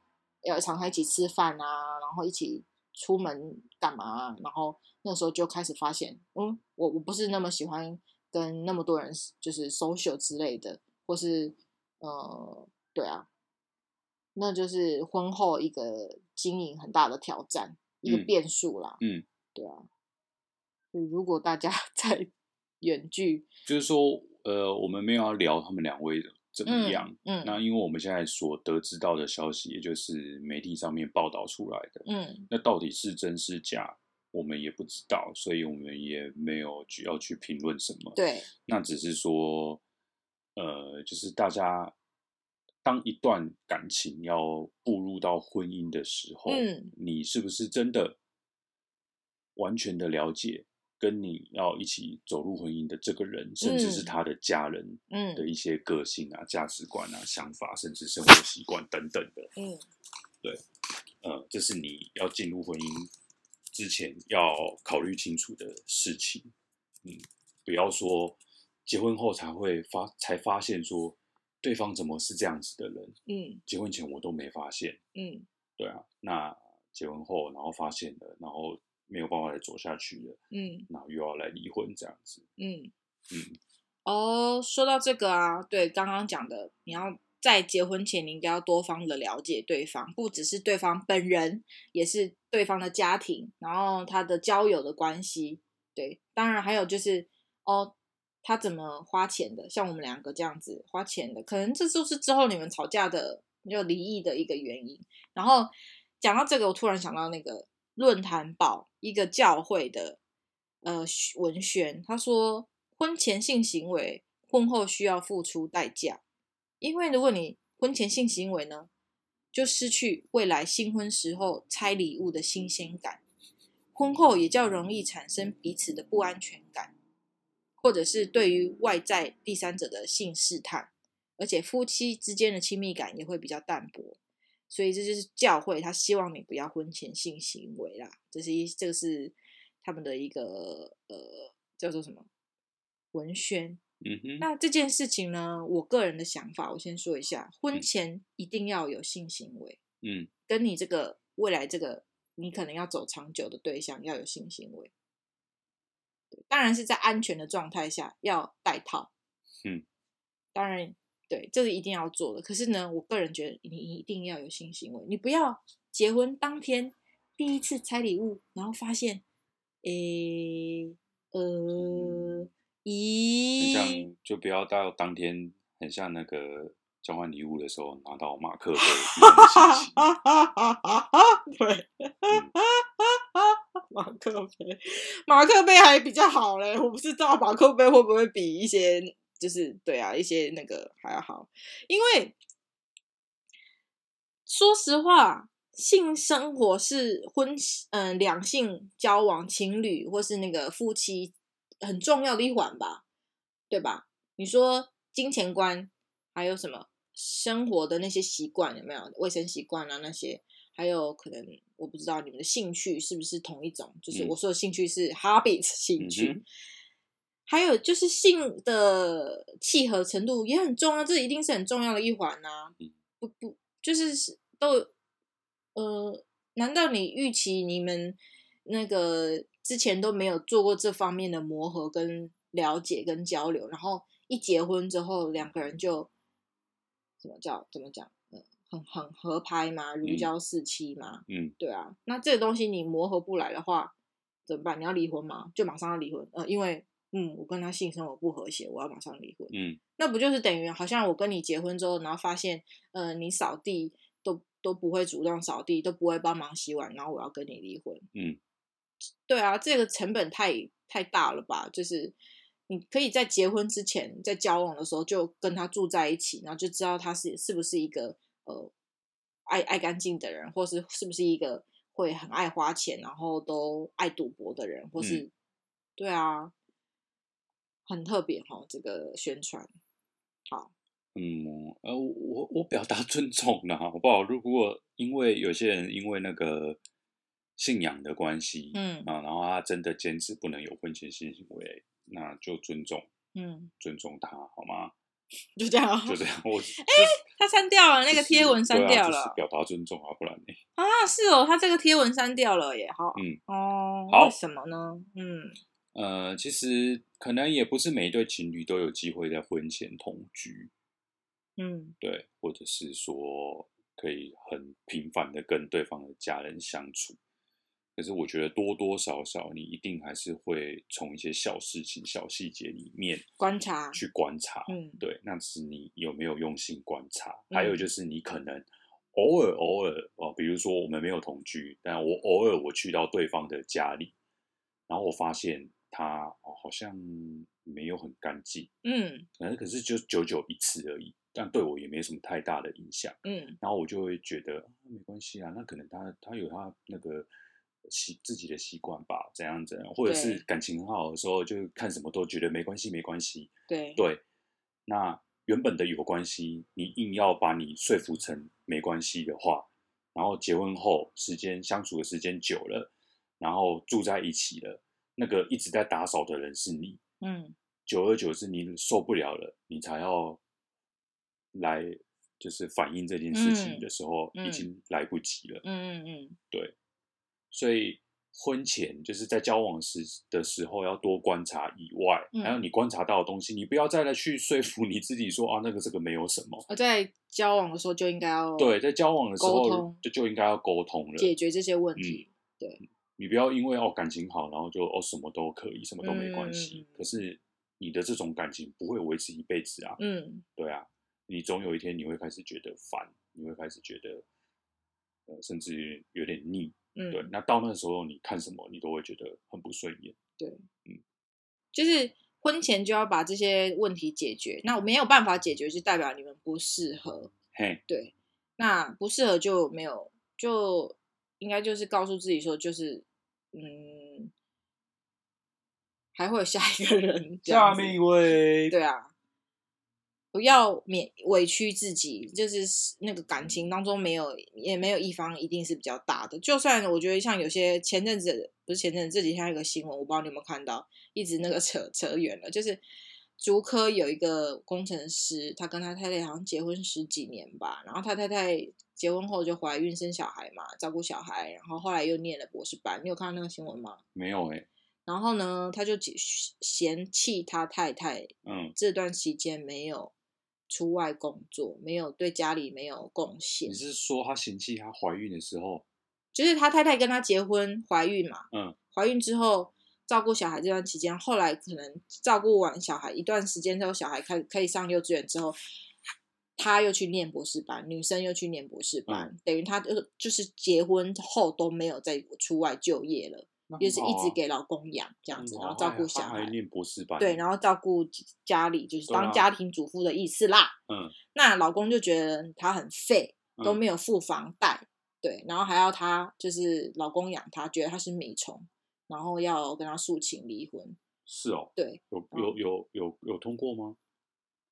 要常常一起吃饭啊，然后一起出门干嘛啊、然后那时候就开始发现，嗯，我我不是那么喜欢跟那么多人就是 social 之类的，或是呃，对啊，那就是婚后一个经营很大的挑战，一个嗯变数啦。嗯，对啊。就如果大家 在远距，就是说，呃，我们没有要聊他们两位怎么嗯样，嗯那因为我们现在所得知到的消息，也就是媒体上面报道出来的，嗯那到底是真是假，我们也不知道，所以我们也没有去要去评论什么。，对，那只是说，呃，就是大家当一段感情要步入到婚姻的时候，嗯你是不是真的完全的了解？跟你要一起走入婚姻的这个人，甚至是嗯他的家人，嗯的一些个性啊、价值观啊、想法，甚至生活习惯等等的。嗯呃，这是你要进入婚姻之前要考虑清楚的事情。嗯，不要说结婚后才会发才发现说对方怎么是这样子的人，嗯结婚前我都没发现。嗯对啊，那结婚后然后发现了，然后没有办法再走下去了，嗯然后又要来离婚这样子。嗯嗯哦，说到这个啊，对，刚刚讲的，你要在结婚前，你应该要多方的了解对方，不只是对方本人，也是对方的家庭，然后他的交友的关系，对，当然还有就是哦，他怎么花钱的，像我们两个这样子花钱的，可能这就是之后你们吵架的就离异的一个原因。然后讲到这个，我突然想到那个论坛报一个教会的呃文宣，他说婚前性行为婚后需要付出代价，因为如果你婚前性行为呢，就失去未来新婚时候拆礼物的新鲜感，婚后也较容易产生彼此的不安全感，或者是对于外在第三者的性试探，而且夫妻之间的亲密感也会比较淡薄。所以这就是教会，他希望你不要婚前性行为啦，这是一这个是他们的一个呃叫做什么文宣。嗯哼，那这件事情呢，我个人的想法，我先说一下，婚嗯前一定要有性行为，嗯跟你这个未来这个你可能要走长久的对象要有性行为，对当然是在安全的状态下要戴套，嗯，当然对，这是一定要做的。可是呢，我个人觉得你一定要有性行为，你不要结婚当天第一次拆礼物，然后发现，诶、呃，很咦，像，就不要到当天很像那个交换礼物的时候拿到马克杯一样的心情。哈哈哈哈哈！ 对，嗯 马克杯，马克杯还比较好嘞。我不知道马克杯会不会比一些，就是对啊，一些那个还要好。因为说实话，性生活是婚嗯、两性交往、情侣或是那个夫妻很重要的一环吧，对吧？你说金钱观，还有什么生活的那些习惯有没有卫生习惯啊那些，还有可能我不知道你们的兴趣是不是同一种，就是嗯我说的兴趣是 hobbies 兴趣。嗯哼还有就是性的契合程度也很重要，啊这一定是很重要的一环呐、嗯不不，就是是都有，呃，难道你预期你们那个之前都没有做过这方面的磨合、跟了解、跟交流，然后一结婚之后，两个人就怎么叫怎么讲，呃，很很合拍吗？如嗯胶似漆吗？嗯，对啊，那这个东西你磨合不来的话，怎么办？你要离婚吗？就马上要离婚？呃，因为嗯，我跟他性生活不和谐，我要马上离婚。嗯，那不就是等于好像我跟你结婚之后，然后发现，呃，你扫地都都不会主动扫地，都不会帮忙洗碗，然后我要跟你离婚。嗯，对啊，这个成本太太大了吧？就是你可以在结婚之前，在交往的时候就跟他住在一起，然后就知道他是是不是一个呃爱爱干净的人，或是是不是一个会很爱花钱，然后都爱赌博的人，或是、对啊，很特别哈、这个宣传。嗯，呃，我我我表达 尊重啦，好不好？如果因为有些人因为那个信仰的关系，嗯啊，然后他真的坚持不能有婚前性行为，那就尊重嗯尊重他，好吗？就这样。就这样。我哎、哦 他删掉了那那个贴文，删掉啊就是了哦表达尊重啊，不然呢？啊，是哦，他这个贴文删掉了耶，好，嗯，哦，好为什么呢？嗯，呃，其实可能也不是每一对情侣都有机会在婚前同居，嗯对，或者是说可以很频繁的跟对方的家人相处。可是我觉得多多少少，你一定还是会从一些小事情、小细节里面观察去观察，嗯对，那是你有没有用心观察，嗯还有就是你可能偶尔偶尔哦，比如说我们没有同居，但我偶尔我去到对方的家里，然后我发现他、哦、好像没有很干净，嗯可呃能可是就久久一次而已，但对我也没什么太大的影响。嗯然后我就会觉得啊没关系啊，那可能他他有他那个习自己的习惯吧，怎样怎样，或者是对感情很好的时候，就看什么都觉得没关系没关系。对对，那原本的有关系，你硬要把你说服成没关系的话，然后结婚后时间相处的时间久了，然后住在一起了，那个一直在打扫的人是你，嗯久而久之你受不了了，你才要来就是反映这件事情的时候，嗯嗯已经来不及了。嗯嗯所以婚前就是在交往时的时候要多观察以外，嗯还有你观察到的东西，你不要再来去说服你自己说啊那个这个没有什么。我在交往的时候就应该要对，在交往的时沟候通就就应该要沟通了，解决这些问嗯题，你不要因为哦感情好，然后就哦什么都可以，什么都没关系。嗯嗯嗯可是你的这种感情不会维持一辈子啊。嗯对啊，你总有一天你会开始觉得烦，你会开始觉得，呃，甚至有点腻。嗯，对，那到那时候你看什么，你都会觉得很不顺眼。就是婚前就要把这些问题解决。那我没有办法解决，就代表你们不适合。嘿，对，那不适合就没有，就应该就是告诉自己说，就是嗯，还会有下一个人。 这样子位对啊，不要免委屈自己，就是那个感情当中没有也没有一方一定是比较大的。就算我觉得像有些前阵子不是前阵子这几天还有一个新闻，我不知道你有没有看到，一直那个扯 扯远了，就是竹科有一个工程师，他跟他太太好像结婚十几年吧，然后他太太结婚后就怀孕生小孩嘛，照顾小孩，然后后来又念了博士班，你有看到那个新闻吗？没有哎、然后呢，他就解嫌弃他太太嗯，这段期间没有出外工作，没有对家里没有贡献你，是说她嫌弃她怀孕的时候，就是他太太跟他结婚怀孕嘛，嗯，怀孕之后照顾小孩这段期间，后来可能照顾完小孩一段时间之后，小孩开可以上幼稚园之后，他又去念博士班，女生又去念博士班，嗯等于他就就是结婚后都没有再出外就业了，那很就是一好啊直给老公养这样子，很然好后啊照她顾还小她孩还，念博士班，对，然后照顾家里，就是对啊当家庭主妇的意思啦。嗯，那老公就觉得她很废，嗯都没有付房贷，对，然后还要她就是老公养她，觉得她是米虫，然后要跟她诉请离婚，是哦，对，有有有有有通过吗？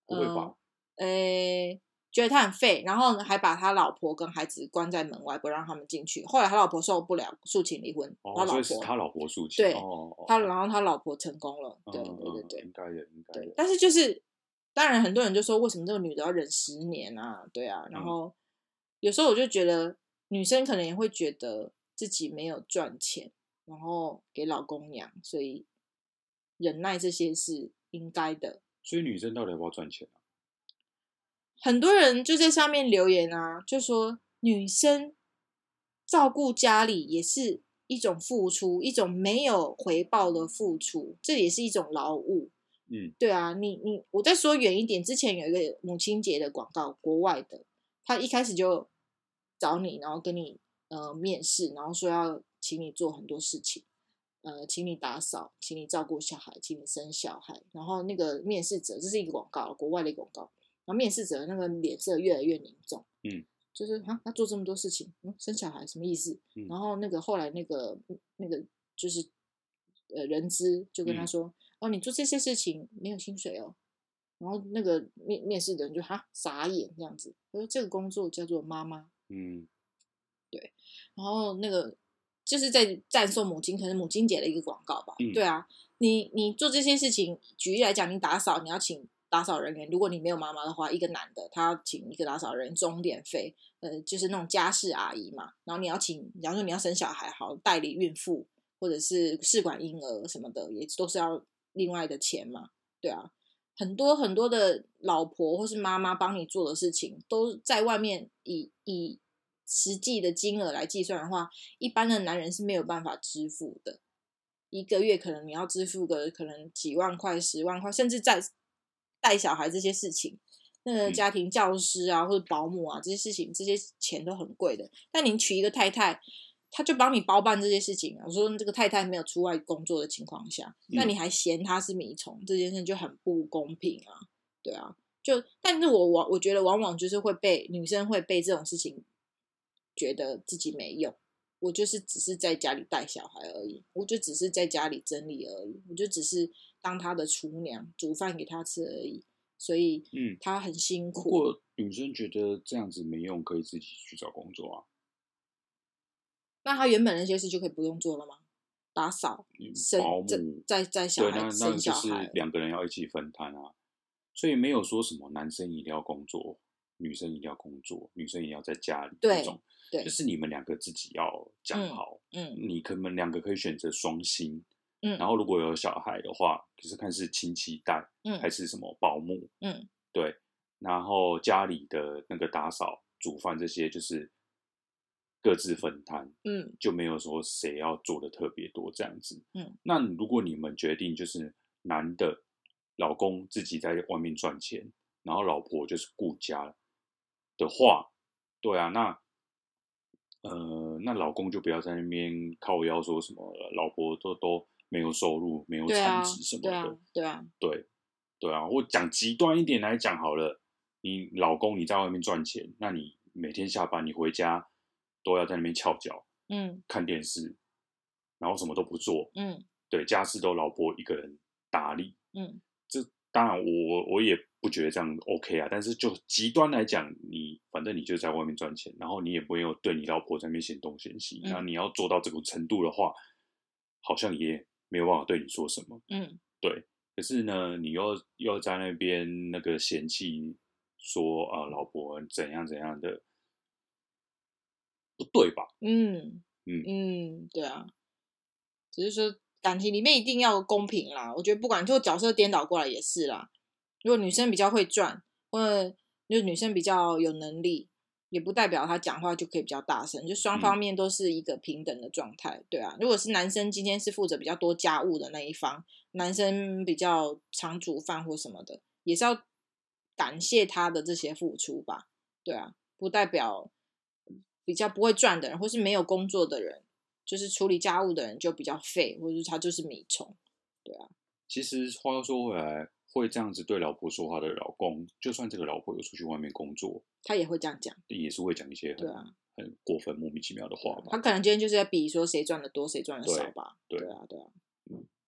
不会嗯吧？诶、觉得他很废，然后呢还把他老婆跟孩子关在门外，不让他们进去。后来他老婆受不了，诉请离婚，他哦，老所以是他婆，老婆诉请，对哦，哦他，然后他老婆成功了，哦对嗯对对嗯对应该的，应该对的，，但是就是，当然很多人就说，为什么这个女的要忍十年啊？对啊，然嗯后、有时候我就觉得，女生可能也会觉得自己没有赚钱，然后给老公养，所以忍耐这些是应该的。所以女生到底要不要赚钱啊？很多人就在上面留言啊，就说女生照顾家里也是一种付出，一种没有回报的付出，这也是一种劳务。嗯对啊，你你我再说远一点，之前有一个母亲节的广告，国外的，他一开始就找你，然后跟你呃面试，然后说要请你做很多事情，呃，请你打扫，请你照顾小孩，请你生小孩，然后那个面试者，这是一个广告，国外的一个广告，然后面试者的那个脸色越来越凝重，嗯，就是啊，他做这么多事情，嗯，生小孩什么意思？嗯然后那个后来那个嗯那个就是呃人资就跟他嗯说。哦，你做这些事情没有薪水哦。然后那个面面试的人就哈傻眼这样子，他说这个工作叫做妈妈，嗯然后那个就是在赞颂母亲，可能母亲节的一个广告吧。嗯对啊，你你做这些事情，举例来讲，你打扫，你要请打扫人员，如果你没有妈妈的话，一个男的他请一个打扫人员钟点费，呃，就是那种家事阿姨嘛。然后你要请，假如说你要生小孩，好代理孕妇或者是试管婴儿什么的，也都是要另外的钱嘛。对啊，很多很多的老婆或是妈妈帮你做的事情，都在外面以以实际的金额来计算的话，一般的男人是没有办法支付的。一个月可能你要支付个可能几万块、十万块，甚至在带小孩这些事情，那个家庭教师啊或者保姆啊这些事情，这些钱都很贵的。但你娶一个太太，她就帮你包办这些事情啊。我说这个太太没有出外工作的情况下，那你还嫌她是米虫，这件事就很不公平啊。对啊，就但是我我我觉得往往就是会被女生会被这种事情觉得自己没用。我就是只是在家里带小孩而已，我就只是在家里整理而已，我就只是当他的厨娘，煮饭给他吃而已。所以，嗯他很辛不苦。过女生觉得这样子没用，可以自己去找工作啊。那他原本那些事就可以不用做了吗？打扫、嗯生保在姆在在小对，那孩那生就小是孩，两个人要一起分摊啊。所以没有说什么男生一定要工作，女生一定要工作，女生也要在家里对这种，对就是你们两个自己要讲好。嗯你可能两个可以选择双薪，嗯然后如果有小孩的话，就是看是亲戚带嗯还是什么保姆，嗯，对，然后家里的那个打扫、煮饭这些就是各自分摊，嗯就没有说谁要做的特别多这样子。嗯，那如果你们决定就是男的老公自己在外面赚钱，然后老婆就是顾家的话，对啊，那呃，那老公就不要在那边靠腰说什么老婆都都没有收入、没有对啊产值什么对的，啊，对啊，对，对啊，我讲极端一点来讲好了，你老公你在外面赚钱，那你每天下班你回家都要在那边翘脚嗯看电视，然后什么都不做，嗯对，家事都老婆一个人打理。嗯，这当然我我也不觉得这样 OK 啊，但是就极端来讲，你反正你就在外面赚钱，然后你也没有对你老婆在那边嫌东嫌西，嗯那你要做到这种程度的话，好像也没有办法对你说什么。嗯可是呢，你又又在那边那个嫌弃说啊、老婆怎样怎样的，不对吧？嗯嗯嗯，对啊，只是说感情里面一定要公平啦。我觉得不管就角色颠倒过来也是啦。如果女生比较会赚，或者就是女生比较有能力，也不代表她讲话就可以比较大声，就双方面都是一个平等的状态，对啊。如果是男生今天是负责比较多家务的那一方，男生比较常煮饭或什么的，也是要感谢他的这些付出吧，对啊，不代表比较不会赚的人或是没有工作的人，就是处理家务的人就比较废，或者是他就是米虫，其实话又说回来，会这样子对老婆说话的老公，就算这个老婆有出去外面工作，他也会这样讲。也是会讲一些很、对啊很过分、莫名其妙的话他嘛。可能今天就是在比说谁赚的多，谁赚的少吧。对啊，对啊，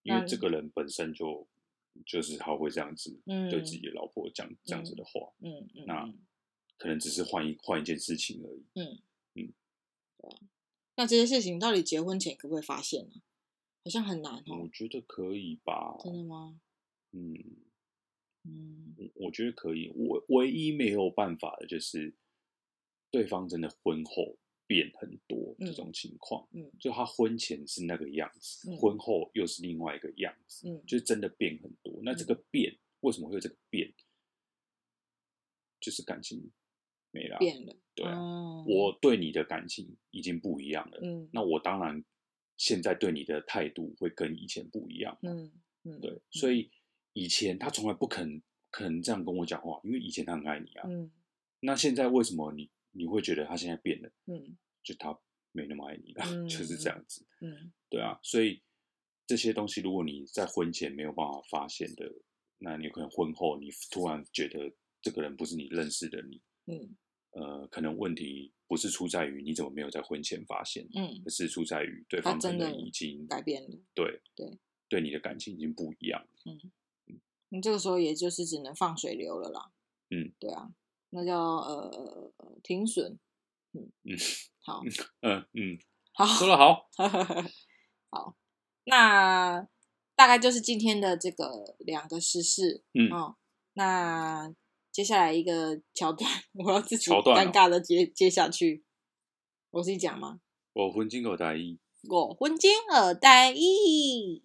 因为那这个人本身就就是他会这样子嗯，对自己的老婆讲、这样子的话，嗯嗯，那嗯可能只是换一换一件事情而已。那这些事情到底结婚前可不可以发现呢、好像很难哦我。觉得可以吧，真的吗？嗯。嗯我我觉得可以。我唯一没有办法的就是，对方真的婚后变很多嗯这种情况，嗯就他婚前是那个样子，嗯婚后又是另外一个样子，嗯就是真的变很多。那这个变、为什么会有这个变？就是感情没了啊，变了。对啊哦我对你的感情已经不一样了。嗯那我当然现在对你的态度会跟以前不一样，嗯嗯，对，啊所以以前他从来不肯肯这样跟我讲话，因为以前他很爱你啊。嗯那现在为什么你你会觉得他现在变了？嗯就他没那么爱你了， 嗯就是这样子。嗯对啊，所以这些东西如果你在婚前没有办法发现的，那你可能婚后你突然觉得这个人不是你认识的你，嗯呃，可能问题不是出在于你怎么没有在婚前发现，嗯，而是出在于对他方可真的能已经改变了。对对对你的感情已经不一样了。你这个时候也就是只能放水流了啦。嗯，对啊，那叫呃呃呃停损。嗯嗯， 好，嗯嗯，好， 说得好。好，那大概就是今天的这个两个时事，嗯哦，那接下来一个桥段， 我要自己桥段哦尴尬的接接下去。我自己讲吗？我魂金口袋一，我婚金耳带意。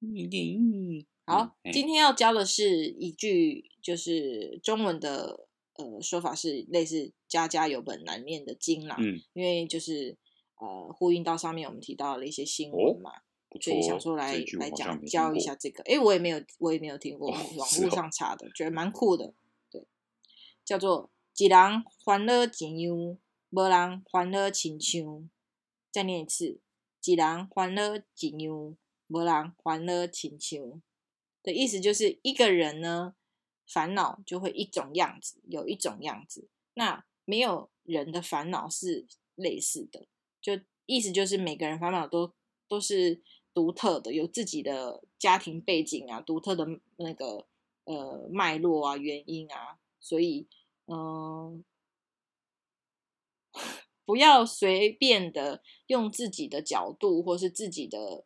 嗯，好，嗯嘿今天要教的是一句，就是中文的呃说法是类似“家家有本难念的经”啦，嗯，因为就是呃呼应到上面我们提到了一些新哦闻嘛，不错所以哦，想说来这一句我来好像讲没教听一过下这个。诶，我也没有，我也没有听过，哦 网是络哦上查的，觉得蛮酷的。对，叫做“一人欢乐一样，无人欢乐亲像”。再念一次，“一人欢乐一样，无人欢乐亲像”的意思就是一个人呢，烦恼就会一种样子，有一种样子。那没有人的烦恼是类似的，就意思就是每个人烦恼都都是独特的，有自己的家庭背景啊，独特的那个呃脉络啊、原因啊，所以嗯、 呃不要随便的用自己的角度或是自己的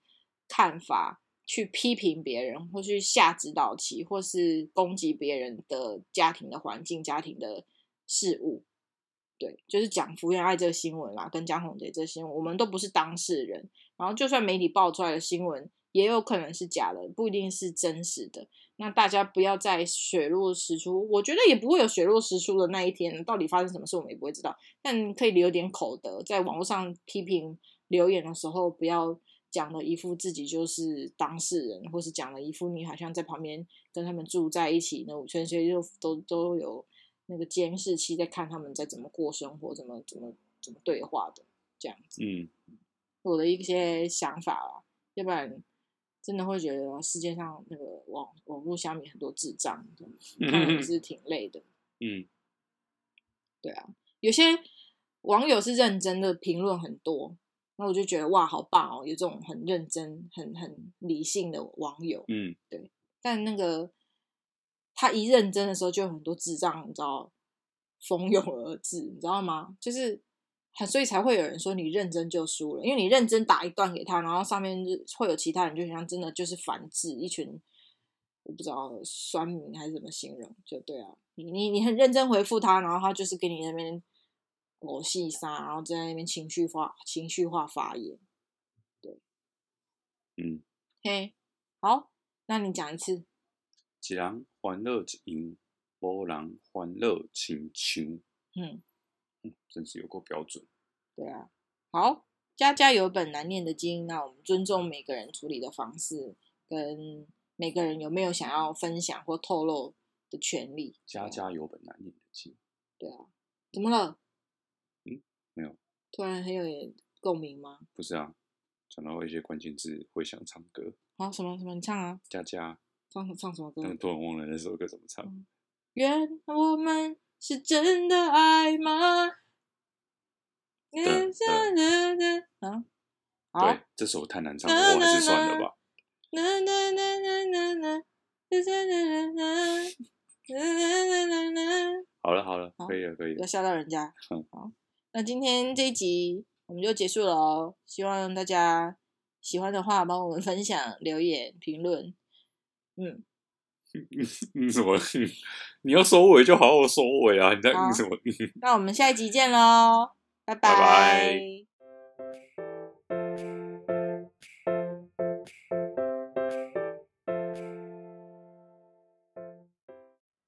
看法去批评别人，或去下指导棋，或是攻击别人的家庭的环境、家庭的事物。对，就是讲福原爱这个新闻啦，跟江宏杰这个新闻，我们都不是当事人。然后，就算媒体爆出来的新闻，也有可能是假的，不一定是真实的。那大家不要再水落石出，我觉得也不会有水落石出的那一天。到底发生什么事，我们也不会知道。但可以留点口德，在网络上批评留言的时候，不要讲的一副自己就是当事人，或是讲的一副你好像在旁边跟他们住在一起，那五圈所以就都都有那个监视器在看他们在怎么过生活，怎么怎么怎么对话的这样子。嗯，我的一些想法啦，要不然真的会觉得世界上那个网网络下面很多智障，看了也是挺累的。嗯，有些网友是认真的评论很多，那我就觉得哇，好棒哦，有这种很认真、很很理性的网友。嗯，但那个他一认真的时候，就有很多智障，你知道，蜂拥而至，你知道吗？就是很，所以才会有人说你认真就输了，因为你认真打一段给他，然后上面就会有其他人，就像真的就是反制一群，我不知道酸民还是怎么形容，就对啊，你你你很认真回复他，然后他就是给你那边狗戏杀，然后在那边情绪化情绪化发言，嗯，嗯，嘿，好，那你讲一次。一人欢乐一样，无人欢乐亲像。嗯嗯，真是有够标准。对啊，好，家家有本难念的经，那我们尊重每个人处理的方式，跟每个人有没有想要分享或透露的权利。啊家家有本难念的经。怎么了？嗯，没有，突然很有共鸣吗？不是啊，讲到一些关键字会想唱歌。啊，什么什么？你唱啊，家家，唱唱什么歌？但突然忘了那首歌怎么唱。原来我们是真的爱吗？对对啊，好，对，这首太难唱了，我还是算了吧。啦啦啦啦啦啦啦啦啦啦啦啦啦啦。好了好了，好可以了可以不要了。吓到人家嗯。好，那今天这一集我们就结束了哦。希望大家喜欢的话，帮我们分享、留言、评论。嗯， 嗯，什么？你要收尾就好好收尾啊！你在好嗯什么？嗯那我们下一集见喽，拜拜拜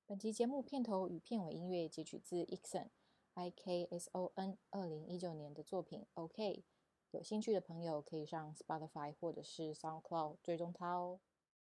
本集节目片头与片尾音乐截取自 Ixon I K S O N 二零一九年的作品 OK。有兴趣的朋友可以上 Spotify 或者是 SoundCloud 追踪他哦。